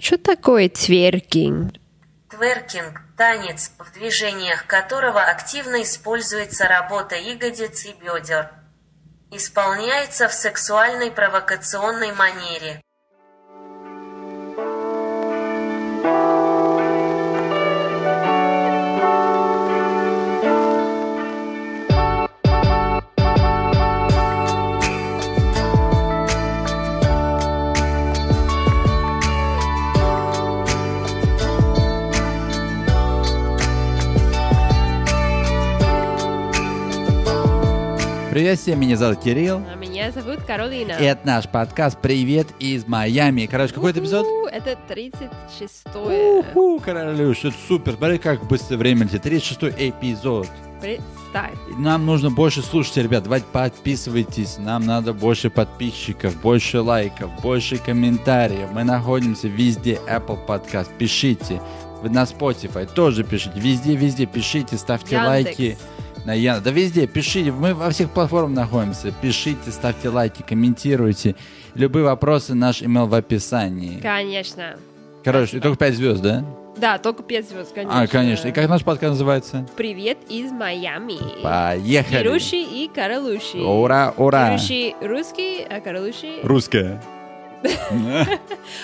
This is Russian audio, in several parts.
Что такое тверкинг? Тверкинг – танец, в движениях которого активно используется работа ягодиц и бедер. Исполняется в сексуальной провокационной манере. Привет всем, меня зовут Кирилл. А меня зовут Каролина. И это наш подкаст «Привет из Майами». Короче, какой это эпизод? У-ху, Это 36-е. Уху, королюш, это супер. Смотри, как быстро время летит. 36 эпизод. Представь. Нам нужно больше слушать, ребят. Давайте подписывайтесь. Нам надо больше подписчиков, больше лайков, больше комментариев. Мы находимся везде. Apple Podcast. Пишите. Вы на Spotify тоже пишите. Везде, везде пишите. Ставьте Яндекс. лайки. На Ян- Да везде пишите. Мы во всех платформах находимся. Пишите, ставьте лайки, комментируйте. Любые вопросы наш email в описании. Конечно. Короче, и только 5 звезд, да? Да, только 5 звезд, конечно. А, конечно. И как наш подкаст называется? Привет из Майами. Поехали. Кирюши и Каролуши. Ура, ура. Кирюши русский, а Каролуши Русская.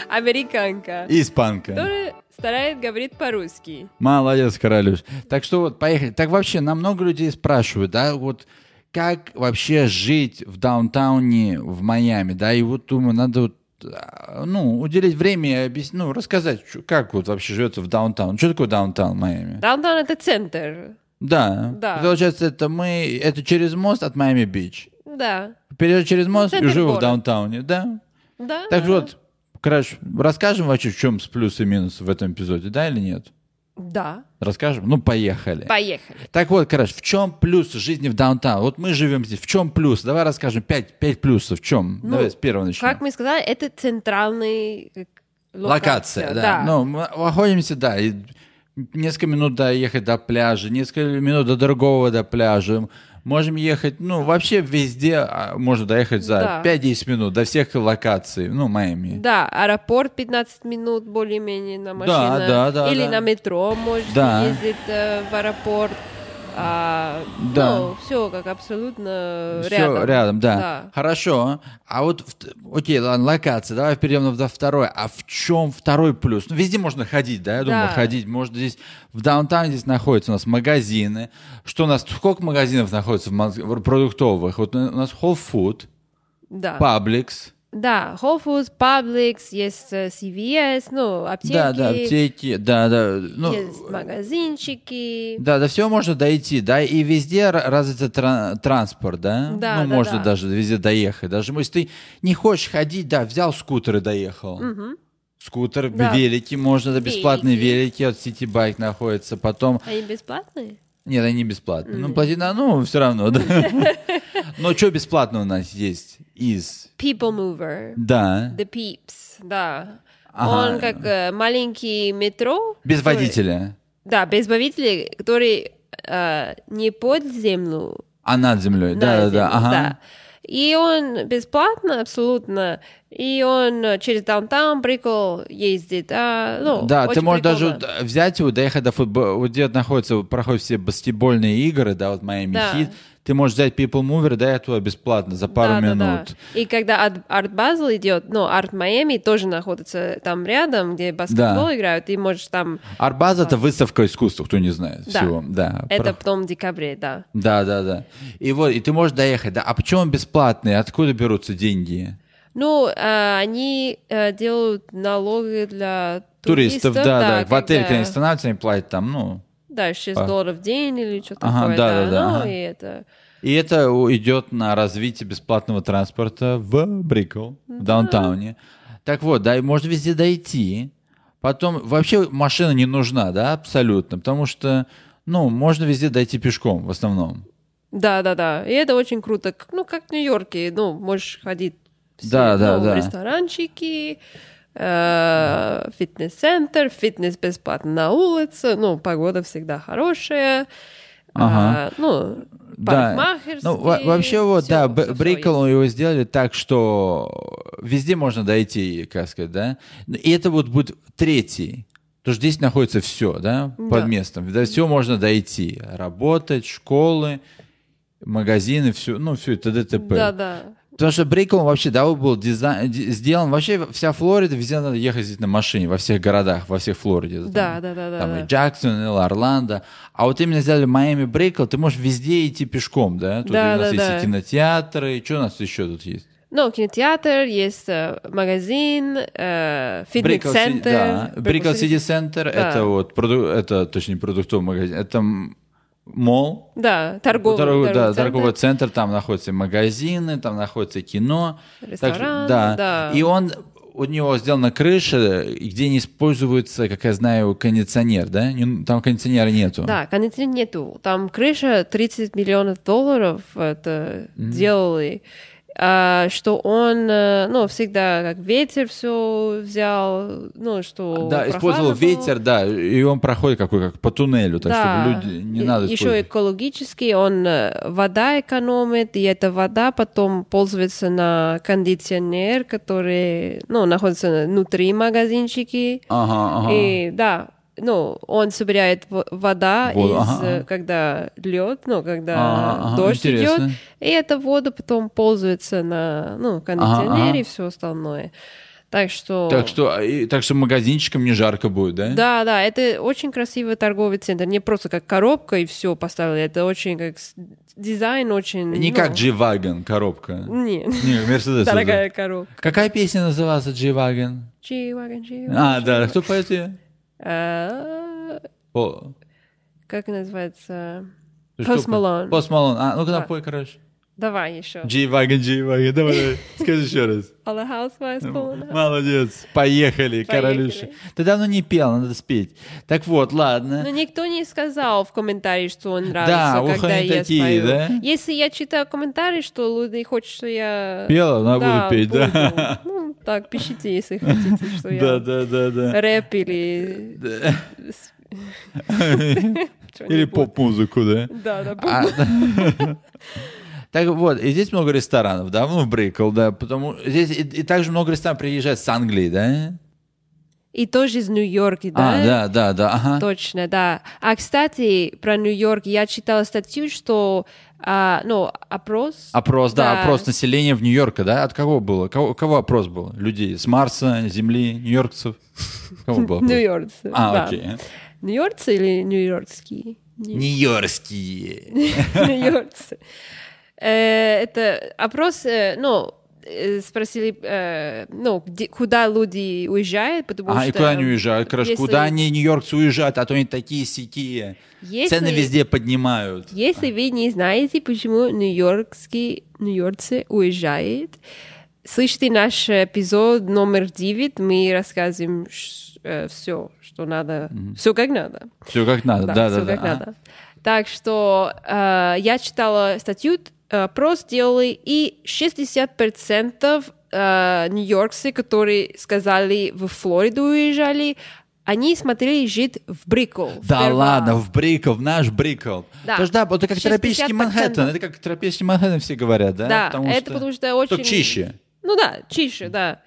американка. И испанка. Тоже старает говорит по-русски. Молодец, королюш. Так что вот, поехали. Так вообще, нам много людей спрашивают, да, вот как вообще жить в даунтауне в Майами, да, и вот думаю, надо вот а, ну, уделить время и объяс- ну, рассказать, чё- как вот вообще живется в даунтаун. Что такое даунтаун в Майами? Даунтаун — это центр. Да. Да. Получается, это мы, это через мост от Майами-Бич. Да. Перейдешь через мост и Центр живу в города. даунтауне, да. Да. Так вот, короче, расскажем вообще, в чем плюс и минус в этом эпизоде, да или нет? Да. Расскажем? Ну, поехали. Поехали. Так вот, короче, в чем плюс жизни в даунтаун? Вот мы живем здесь. В чем плюс? Давай расскажем. Пять, пять плюсов. В чем? Ну, Давай с первого начнем. Как мы сказали, это центральный э, Локация, да. Ну, мы находимся, да, и несколько минут доехать до пляжа, несколько минут до другого до пляжа. Можем ехать, ну, вообще везде а, можно доехать за Да. 5-10 минут до всех локаций, ну, Майами. Да, аэропорт 15 минут более-менее на машине. да, да, Или да. на метро можно Да. ездить э, в аэропорт. А, Да. Ну, все как абсолютно Всё рядом. рядом, да. Да. Хорошо. А вот, в- окей, ладно, локация, давай перейдем до второй. А в чем второй плюс? Ну, везде можно ходить, да, я думаю, Да. ходить. Может, здесь, в даунтауне здесь находятся у нас магазины. Что у нас, сколько магазинов находится в маз- в продуктовых? Вот у нас Whole Food, Да. Publix, Да, Whole Foods, Publix, есть э, CVS, ну, аптеки. да, да, аптеки, да, да. Ну, Есть магазинчики. Да, до всего можно дойти, да, и везде ра- развит тра- транспорт, да? Да, ну, да, можно да. даже везде доехать. Даже если ты не хочешь ходить, да, взял скутер и доехал. Скутер, Да. велики можно, да, бесплатные Велики. велики от City Bike находятся. Потом, Они бесплатные? нет, они бесплатные. Ну, плати на, ну, все равно, да. Но что бесплатно у нас есть из... People Mover. Да, The Peeps, да. Ага. Он как э, маленький метро. Ну, без который- водителя, Да, без водителя, который э, не под землю, а над землей. на Да, да, землю, да, ага. И он бесплатно абсолютно, и он э, через даунтаун прикол ездит. а, ну, Да, ты очень можешь даже прикольно. вот, э, взять его, доехать до футбола, вот где находятся, вот проходят все баскетбольные игры, да, вот Майами Да. Хит, ты можешь взять People Mover, да, этого бесплатно за пару Да, да, да. минут. И когда Ар- Арт Базл идет, ну, Арт Майами тоже находится там рядом, где баскетбол играют, и можешь там... Арбаз это выставка искусства, кто не знает Да. всего. Да, Это про- потом в декабре, да. да, да, да. И вот, и ты можешь доехать, да. А почему он бесплатный? Откуда берутся деньги? Ну, э, они э, делают налоги для туристов. Туристов, да, да. В отеле, когда- конечно, становятся, они платят там, ну. Да, 6 А. долларов в день или что-то Ага, такое. да, да, да, Ну, ага. и это... И это у- идет на развитие бесплатного транспорта в Брикл, в даунтауне. Так вот, да, и можно везде дойти. Потом, вообще машина не нужна, да, абсолютно, потому что, ну, можно везде дойти пешком в основном. Да, да, да. И это очень круто. К- Ну, как в Нью-Йорке. Ну, можешь ходить все, Да, да, ну, в да. ресторанчики, э, фитнес-центр, фитнес бесплатно на улице. Ну, погода всегда хорошая. а, ну, Да. парикмахерские. Ну, во- вообще вот, всё- да, всё, Б- всё Брикл есть. его сделали так, что везде можно дойти, как сказать, да. И это вот будет третий. Потому что здесь находится все, да, под Да. местом. До всего можно дойти. Работать, школы, магазины, все, ну, все это ДТП. Да, да. Потому что Брикл вообще, да, он был дизайн, ди- сделан. Вообще вся Флорида, везде надо ехать здесь на машине, во всех городах, во всех Флориде. Да, да, да, да, Там да. и Джексон, и Орландо. А вот именно взяли Майами Брикл, ты можешь везде идти пешком, да? Тут Да, у нас да, есть да. и кинотеатры, что у нас еще тут есть? Ну, кинотеатр, есть э, магазин, э, Си- фитнес-центр. да. Брикл Сити City- Центр, Да. это вот, проду- это, точнее, продуктовый магазин, это м- молл, Да, торговый, Торговый, да, центр. торговый центр, там находятся магазины, там находится кино. Так что- Ресторан, да. да. И он, у него сделана крыша, где не используется, как я знаю, кондиционер, да? Не- Там кондиционера нету. Да, кондиционера нету. Там крыша 30 миллионов долларов это делали. А, что он, э, ну, всегда как ветер все взял, ну, что... Да, прохладно использовал было. ветер, да, и он проходит какой как по туннелю, так Да. чтобы люди не И- надо Еще использовать. экологически он э, вода экономит, и эта вода потом пользуется на кондиционер, который, ну, находится внутри магазинчики. Ага, ага. И да, ну, он собирает во- вода Воду, из, ага, э, ага. А, когда лед, ну, когда Ага, ага, дождь интересно. идет, и эта вода потом пользуется на, ну, кондиционере ага. и все остальное. Так что... Так что, а, и- так что магазинчикам не жарко будет, да? Да, да, это очень красивый торговый центр. Не просто как коробка и все поставили. Это очень как с- дизайн очень. Не ну, как G-Wagon коробка. Не, Не, Мерседес. дорогая коробка. Какая песня называется G-Wagon? G-Wagon, G-Wagon. А, да, кто поет ее? А, О, Как называется? ты что, Post Malone. Post Malone. А, ну-ка Да. напой, короче. Давай еще. G-Wagon, G-Wagon, давай, давай. скажи еще раз. All the housewives Ну, full of- Молодец, поехали, королюша. Ты давно не пела, надо спеть. Так вот, Но ладно. никто не сказал в комментарии, что он нравится, вот когда они я такие, спою. да? Если я читаю комментарии, что Луды хочет, что я... Пела, она Ну, Да, буду петь, да. буду. Ну, так, пишите, если хотите, что Да, я да, да, да. рэп или... Да. с- Или что-нибудь. поп-музыку, да? Да, да, поп. А, да. Так вот, и здесь много ресторанов, да, ну, в Брикл, да, потому здесь и, и также много ресторанов приезжает с Англии, да? И тоже из Нью-Йорка, да? А, да, да, да, ага. Точно, да. А, кстати, про Нью-Йорк я читала статью, что, а, ну, опрос... Опрос, да, Да. опрос населения в Нью-Йорке, да? От кого было? Кого, у кого опрос был? Людей с Марса, Земли, нью-йоркцев? Кого был опрос? Нью-Йоркцы. А, да. окей. Нью-Йоркцы или нью-йоркские? Нью- Нью-Йоркские. Нью-Йоркцы. Э, Это опрос, э, ну, э, спросили, э, ну, где- куда люди уезжают, потому что... А, и куда они уезжают? Короче, если- куда они, нью-йоркцы, уезжают? А то они такие сякие. Если- Цены везде поднимают. Если вы не знаете, почему нью-йоркские нью-йоркцы уезжают, слышите наш эпизод номер 9, мы рассказываем все, что надо, все как надо. Все как надо, да, да, всё да. как А, надо. Так что э, я читала статью, э, опрос делали, и 60% э, нью-йоркцы, которые сказали в Флориду уезжали, они смотрели жить в Брикл. Да сперва. ладно, в Брикл, в наш Брикл. Да. Потому что, да, вот это как 60%. тропический Манхэттен, это как тропический Манхэттен все говорят, да? Да, это потому что очень... Только чище. Ну да, чище, да.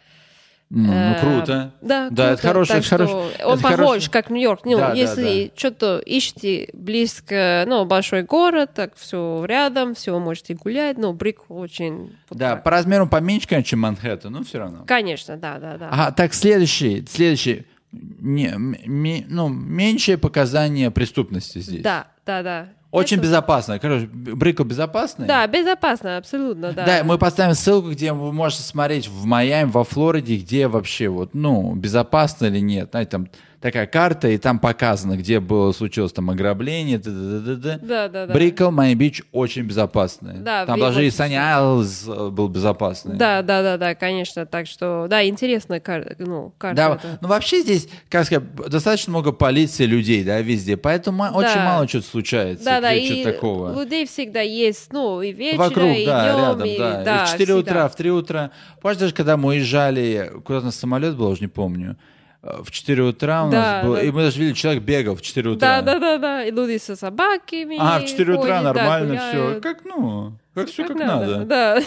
Ну, ну, Э, круто. Да, да это круто. хороший, Так это хороший. что Он это похож, хороший- как Нью-Йорк. Ну, Да, да, если что-то ищете близко, ну, большой город, так все рядом, все можете гулять, но Брик очень... вот Да, так. по размеру поменьше, конечно, чем Манхэттен, но все равно. Конечно, да, да, да. Ага, так, следующий, следующий. Не, м- ми- ну, меньшее показание преступности здесь. Да, да, да. Очень Это- безопасно. Короче, б- Брикл безопасный. Да, безопасно, абсолютно, да. Да, мы поставим ссылку, где вы можете смотреть в Майами, во Флориде, где вообще вот, ну, безопасно или нет. Знаете, там такая карта, и там показано, где было, случилось там ограбление, т.д. Да, да, да. Брикл, Майами Бич очень безопасный. Да, там ви- даже и очень Саня Айлз э, был безопасный. Да, да, да, да, конечно, так что, да, интересная кар- ну, карта. Да, эта. ну вообще здесь, как сказать, достаточно много полиции, людей, да, везде, поэтому ма- очень мало чего случается, Да, да, где и чё-то такого. людей всегда есть, ну, и вечером, Вокруг, и да, днем, рядом, и, да. да, в 4 всегда. утра, в 3 утра. Помнишь, даже когда мы уезжали, куда-то на самолет был, уже не помню, э, в 4 утра у Да, нас было, да. и мы даже видели, человек бегал в 4 утра. Да, да, да, да. И люди со собаками. А, в 4 утра ходят, да, нормально все. гуляют. Как, ну, как все как, надо. Да.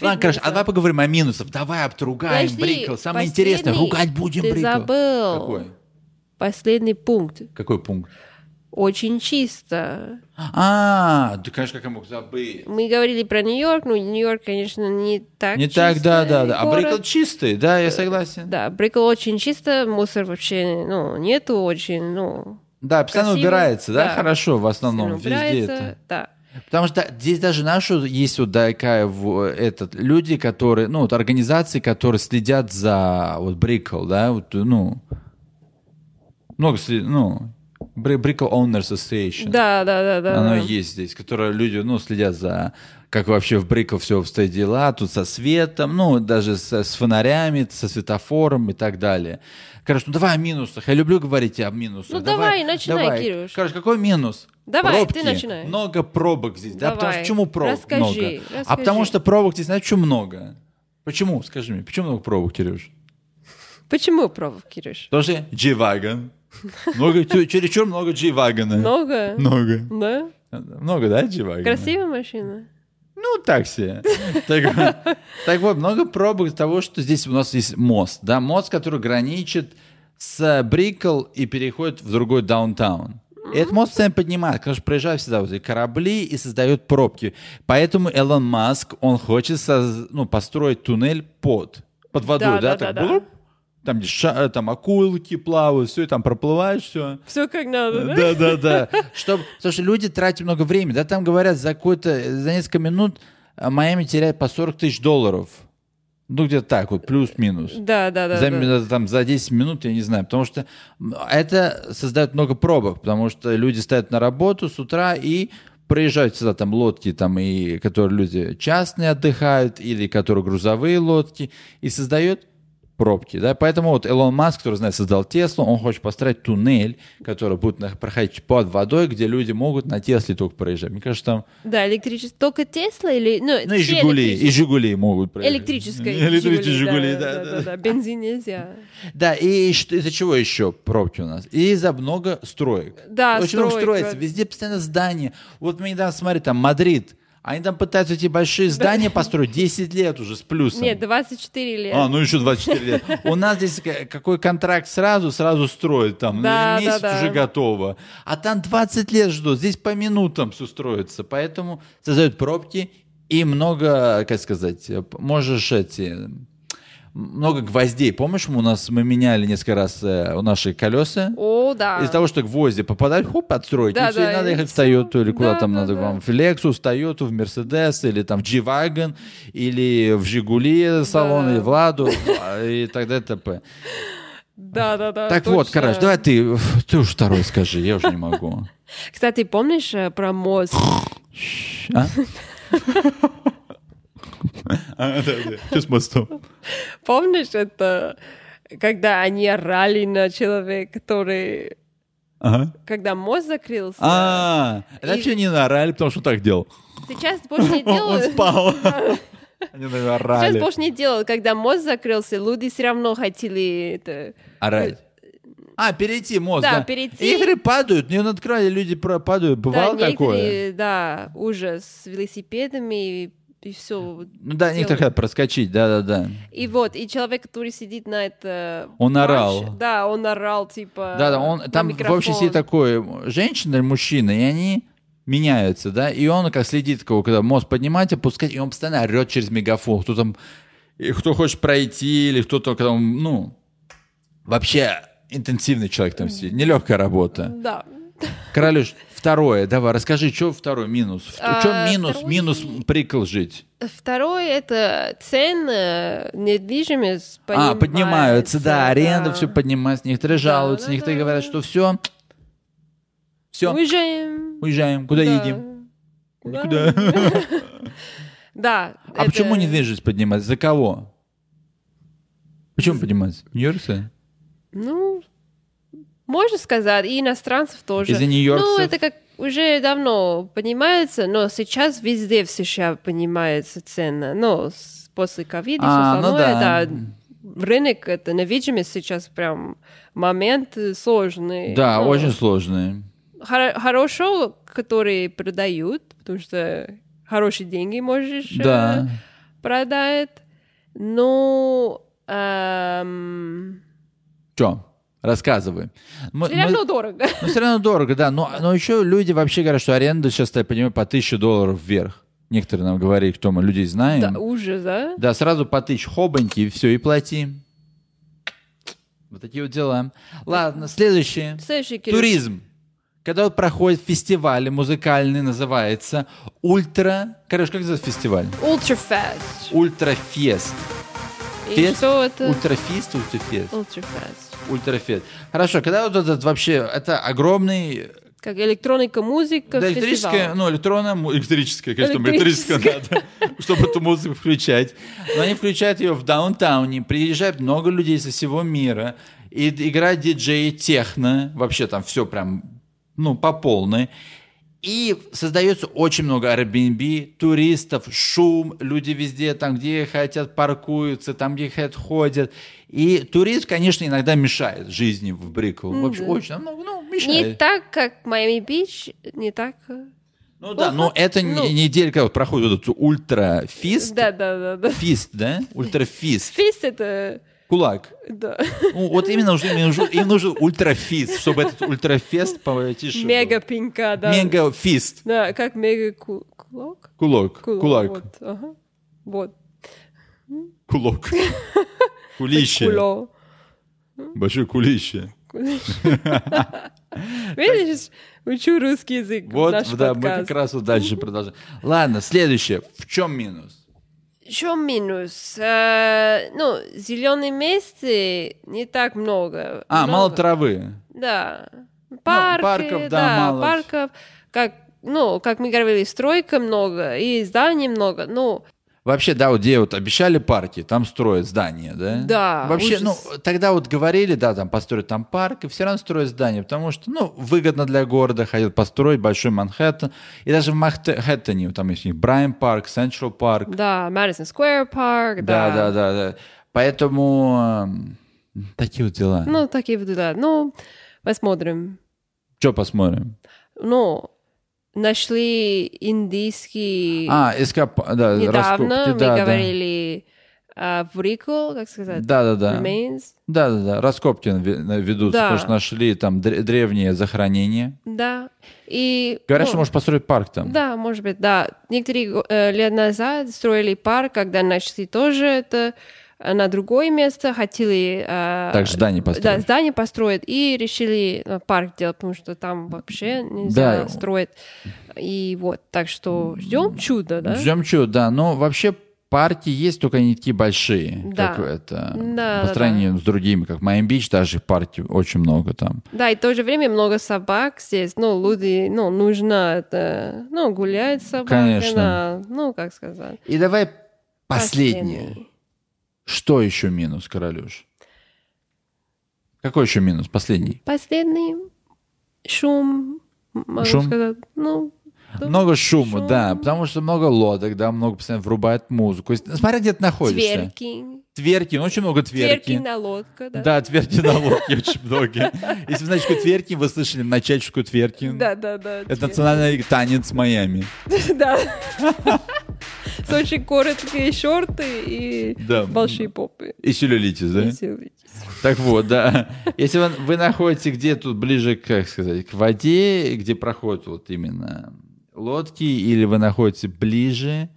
Ладно, короче, а давай поговорим о минусах. Давай обтругаем Подожди, Брикл. Самое последний. интересное, ругать будем Ты Брикл. забыл. Какой? Последний пункт. Какой пункт? Очень чисто. А, да, конечно, как я мог забыть. Мы говорили про Нью-Йорк, но Нью-Йорк, конечно, не так Не так, да, чисто да, да. А город. Брикл чистый, да, я согласен. Да, Брикл очень чисто, мусор вообще, ну, нету очень, ну... Да, постоянно Красиво, убирается, да, да. хорошо в основном, сильно везде убирается. это. Да. Потому что здесь даже наши есть вот такая в- этот, люди, которые, ну, вот организации, которые следят за вот Брикл, да, вот, ну, много, сли- ну, Брикл Owner Association. да, да, да, да. Оно да. есть здесь, которое люди, ну, следят за, как вообще в Брикл все обстоят дела, тут со светом, ну, даже со- с фонарями, со светофором и так далее. Короче, ну давай о минусах. Я люблю говорить о минусах. Ну, давай, начинай, давай. Кирюш. Короче, какой минус? Давай, Пробки. ты начинай. Много пробок здесь. Да, потому что Давай, почему пробок расскажи, много? А расскажи. потому что пробок здесь, знаешь, почему много? Почему? Скажи мне, почему много пробок, Кирюш? Почему пробок, Кирюш? Потому что G-Wagon. Много, чё- чересчур много G-Wagon. Много? Много. Да? Много, да, G-Wagon? Красивая машина? Ну, так себе. Так, вот- так вот, много пробок того, что здесь у нас есть мост. Да, мост, который граничит с Брикл и переходит в другой даунтаун. И этот мост постоянно поднимает, потому что проезжают всегда вот эти корабли и создают пробки. Поэтому Элон Маск, он хочет соз- ну, построить туннель под, под водой, да? Да, да, так, да, да. блуп. Там, где ша- э, там акулки плавают, все, и там проплываешь, все. Все как надо, да? Да, да, да. Чтоб, слушай, люди тратят много времени. Да, там говорят, за какой-то, за несколько минут а, Майами теряет по 40 тысяч долларов. Ну, где-то так вот, плюс-минус. Да, да, да. да. За, ми- там, за 10 минут, я не знаю, потому что м, это создает много пробок, потому что люди ставят на работу с утра и проезжают сюда там лодки, там, и, которые люди частные отдыхают, или которые грузовые лодки, и создает пробки, да, поэтому вот Элон Маск, который, знает, создал Теслу, он хочет построить туннель, который будет на- проходить под водой, где люди могут на Тесле только проезжать. Мне кажется, там, Да, электричество. Только Тесла или... Ну, ну, и все электричес- Жигули, и Жигули могут проезжать. Электрическое. Электрические Жигули, да, да, да, да. Бензин нельзя. Да, и что- из-за чего еще пробки у нас? И из-за много строек. Да, Очень много строек, строится, да. везде постоянно здания. Вот мы недавно смотрели, там Мадрид, они там пытаются эти большие здания построить 10 лет уже с плюсом. Нет, 24 лет. А, ну еще 24 лет. У нас здесь к- какой контракт сразу, сразу строят там. Да, на месяц да, да. уже готово. А там 20 лет ждут. Здесь по минутам все строится. Поэтому создают пробки и много, как сказать, э, п- можешь эти... Много гвоздей. Помнишь, у нас мы меняли несколько раз э, наши колеса? О, да. Из-за того, что гвозди попадают, хоп, отстроить. Да, и все, да, и надо и ехать в всё. Toyota или куда Да, там да, надо, да. вам в Lexus, Toyota, в Mercedes, или там в G-Wagon, или в Жигули салон, Да. или в Ладу, а, и так далее, т.п. Да, да, да. Так вот, точно. короче, давай ты, ты уж второй скажи, я уже не могу. Кстати, помнишь э, про мост? А? А, да, да. Что с мостом? Помнишь это, когда они орали на человека, который... Ага. Когда мост закрылся, А, это вообще не наорали, потому что так делал. сейчас больше не Он он делают. спал. А Они Сейчас наорали. больше не делают. Когда мост закрылся, люди все равно хотели это... Орать. Ну, А, перейти мост, да. Да, перейти. Игры падают, не надкрали, люди про- падают. Бывало да, такое? некоторые, Да, ужас с велосипедами и, все. Ну да, некоторые хотят проскочить, да-да-да. И вот, и человек, который сидит на это... Он орал. марше, Да, он орал, типа... Да-да, он, на там в общей сети микрофон. такое, женщина или мужчина, и они меняются, да, и он как следит, кого, когда мост поднимать, опускать, и он постоянно орет через мегафон, кто там, и кто хочет пройти, или кто только там, ну, вообще интенсивный человек там сидит, нелегкая работа. Да. Королюш, второе, давай, расскажи, что второй минус? В А, чем минус, второй- минус прикол жить? Второе — это цены недвижимость А, поднимаются, да, аренда, все поднимается. Некоторые жалуются, да, некоторые да. говорят, что все, все, Уезжаем. уезжаем, куда Да. едем? Да. Никуда. Да. А почему это- недвижимость поднимается? За кого? Почему поднимается? Нью-Йоркцы? Ну, можно сказать, и иностранцев тоже. Из-за нью-йоркцев? Ну, это как уже давно поднимается, но сейчас везде в США поднимается цена. Ну, с- после ковида и все А, ну остальное, да. да. рынок это недвижимость сейчас прям момент сложный. Да, Ну, очень сложные. хоро- хорошо, которые продают, потому что хорошие деньги можешь э, Да. продать. Но эм, Че? Рассказывай. Мы- всё мы- равно дорого. Ну, все равно дорого, да. Но, но еще люди вообще говорят, что аренда сейчас, я понимаю, по 1000 долларов вверх. Некоторые нам говорили, кто мы людей знаем. Да, Да, ужас, а. да? сразу по 1000 хобаньки, и все, и плати. Вот такие вот дела. Ладно, следующее. Следующий, Кирилл. Туризм. Когда вот проходит фестиваль музыкальный, называется Ультра... Короче, как называется фестиваль? Ultrafast. Ультрафест. И Фест? что это? Ультрафест, ультрафест. Ultrafast. Ультрафест. Хорошо, когда вот этот вообще... Это огромный Как электроника, музыка, Да, фестивал. электрическая, ну, электронная, му- электрическая, конечно, там электрическая Электрическая. надо, чтобы эту музыку включать. Но они включают ее в даунтауне, приезжает много людей со всего мира, и д- играют диджеи техно, вообще там все прям, ну, по полной. И создается очень много Airbnb, туристов, шум, люди везде, там, где хотят, паркуются, там, где хотят, ходят. И турист, конечно, иногда мешает жизни в Брику. Вообще, да. очень, ну, ну, мешает. Не так, как Майами Бич, не так. Ну да, Ну, но это не- ну. неделька вот проходит вот этот ультрафист. Да, да, да, да. Фист, да? Ультрафист. Фист это, Кулак. да, Ну, вот именно нужно, им нужен, им нужен ультрафист, чтобы этот ультрафест потише был. мега пинка, да. Мегафист. Да, как мега ку- кулак? Кулак. Кулак. Кулак. Вот, ага. вот. Кулак. Кулище. Куло. Большое кулище. Видишь, учу русский язык. Вот, наш да, мы подкаст. как раз вот дальше продолжаем. Ладно, следующее. В чем минус? Еще минус. Э, ну, зеленые месте не так много. А, мало Много. травы. Да. Парки, Ну, парков, да, да, мало. парков. Как, ну, как мы говорили, стройка много и зданий много. Ну, Вообще, да, вот где вот обещали парки, там строят здания, да? Да, Вообще, ужас. ну, тогда вот говорили, да, там построят там парк, и все равно строят здания, потому что, ну, выгодно для города, хотят построить большой Манхэттен. И даже в Манхэттене, там есть Брайан парк, Сентрал парк. да, Madison Square Park, Да, да. да, да, да. Поэтому эм, такие вот дела. Ну, такие вот дела. Ну, посмотрим. Что посмотрим? Ну, нашли индийский... А, эскап... Да, Недавно раскопки, мы да, да. говорили а, в Рико, как сказать, Да, да, да. Remains. Да, да, да. Раскопки ве- ведутся, Да. потому что нашли там дре- древние захоронения. Да. И, Говорят, ну, что может построить парк там. Да, может быть, да. Некоторые го- э, лет назад строили парк, когда нашли тоже это э, на другое место, хотели... э, Так, здание Да, построить. здание построят и решили э, парк делать, потому что там вообще нельзя Да. строить. И вот, так что ждем чуда, да? Ждем чего, да. Но вообще парки есть, только они такие большие. Да. Как это. Да, по да, сравнению с другими, как Майами Бич, даже парки очень много там. Да, и в то же время много собак здесь. Ну, люди, ну, нужно это, ну, гулять с собаками. Конечно. да. Ну, как сказать. И давай последнее. Последний. Что еще минус, Королюш? Какой еще минус? Последний. Последний шум, могу Шум? сказать. Ну, да. Много шума, шум. да, потому что много лодок, да, много постоянно врубает музыку. Если- Смотря где ты находишься. тверки. Тверки, ну, очень много тверки. Тверки на лодке, да. Да, тверки на лодке очень многие. Если вы знаете, что тверки, вы слышали начальчику тверки. Да, да, да. Это тверки. национальный танец Майами. Да. С очень короткие шорты и Да. большие попы. И целлюлитис, да? Так вот, да. Если вы, вы находите где тут ближе, как сказать, к воде, где проходят вот именно лодки, или вы находитесь ближе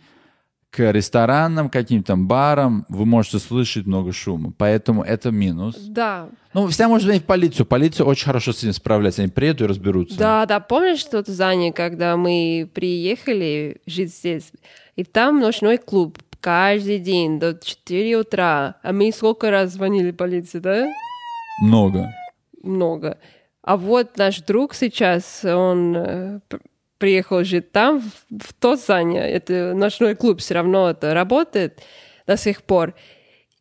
к ресторанам, каким-то барам, вы можете слышать много шума. Поэтому это минус. Да, Ну, всегда можно звонить в полицию. Полиция очень хорошо с ним справляется. Они приедут и разберутся. Да, да, помнишь тот здание, когда мы приехали жить здесь, и там ночной клуб каждый день до 4 утра, а мы сколько раз звонили полиции, да? Много. Много. А вот наш друг сейчас, он э, п- приехал жить там, в, в тот здание, это ночной клуб, все равно это работает до сих пор,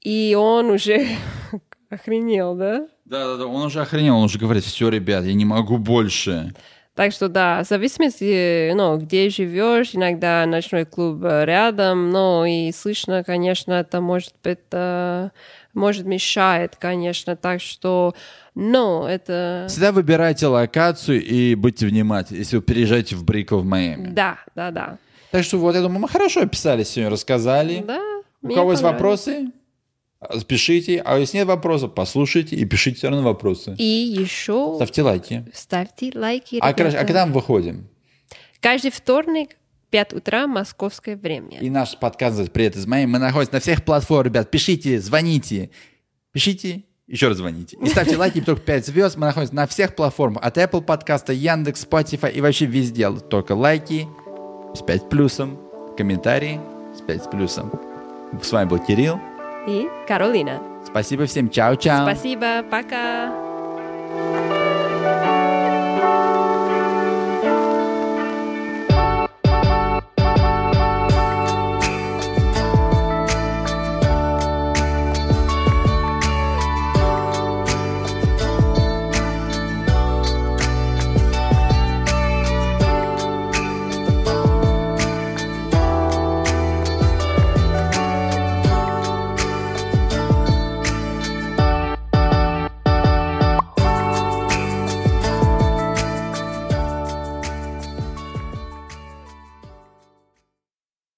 и он уже охренел, да? Да, да, да. Он уже охренел, он уже говорит, все, ребят, я не могу больше. Так что да, в зависимости, ну, где живешь, иногда ночной клуб э, рядом, ну и слышно, конечно, это может быть э, может, мешает, конечно, так что, но это... Всегда выбирайте локацию и будьте внимательны, если вы переезжаете в Брико в Майами. Да, да, да. Так что вот, я думаю, мы хорошо описали сегодня, рассказали. Да, У мне кого есть понравилось. вопросы, пишите. А если нет вопросов, послушайте и пишите все равно вопросы. И еще Ставьте лайки. ставьте лайки. А, короче, а ребята. когда мы выходим? Каждый вторник, 5 утра, московское время. И наш подкаст «Говорит, «Привет из Майами» мы находимся на всех платформах, ребят. Пишите, звоните. Пишите, еще раз звоните. И ставьте лайки, только 5 звезд. Мы находимся на всех платформах. От Apple подкаста, Яндекс, Spotify и вообще везде. Только лайки с 5 плюсом, комментарии с 5 плюсом. С вами был Кирилл. И Каролина. А. Спасибо всем. Чао-чао. Спасибо, пока.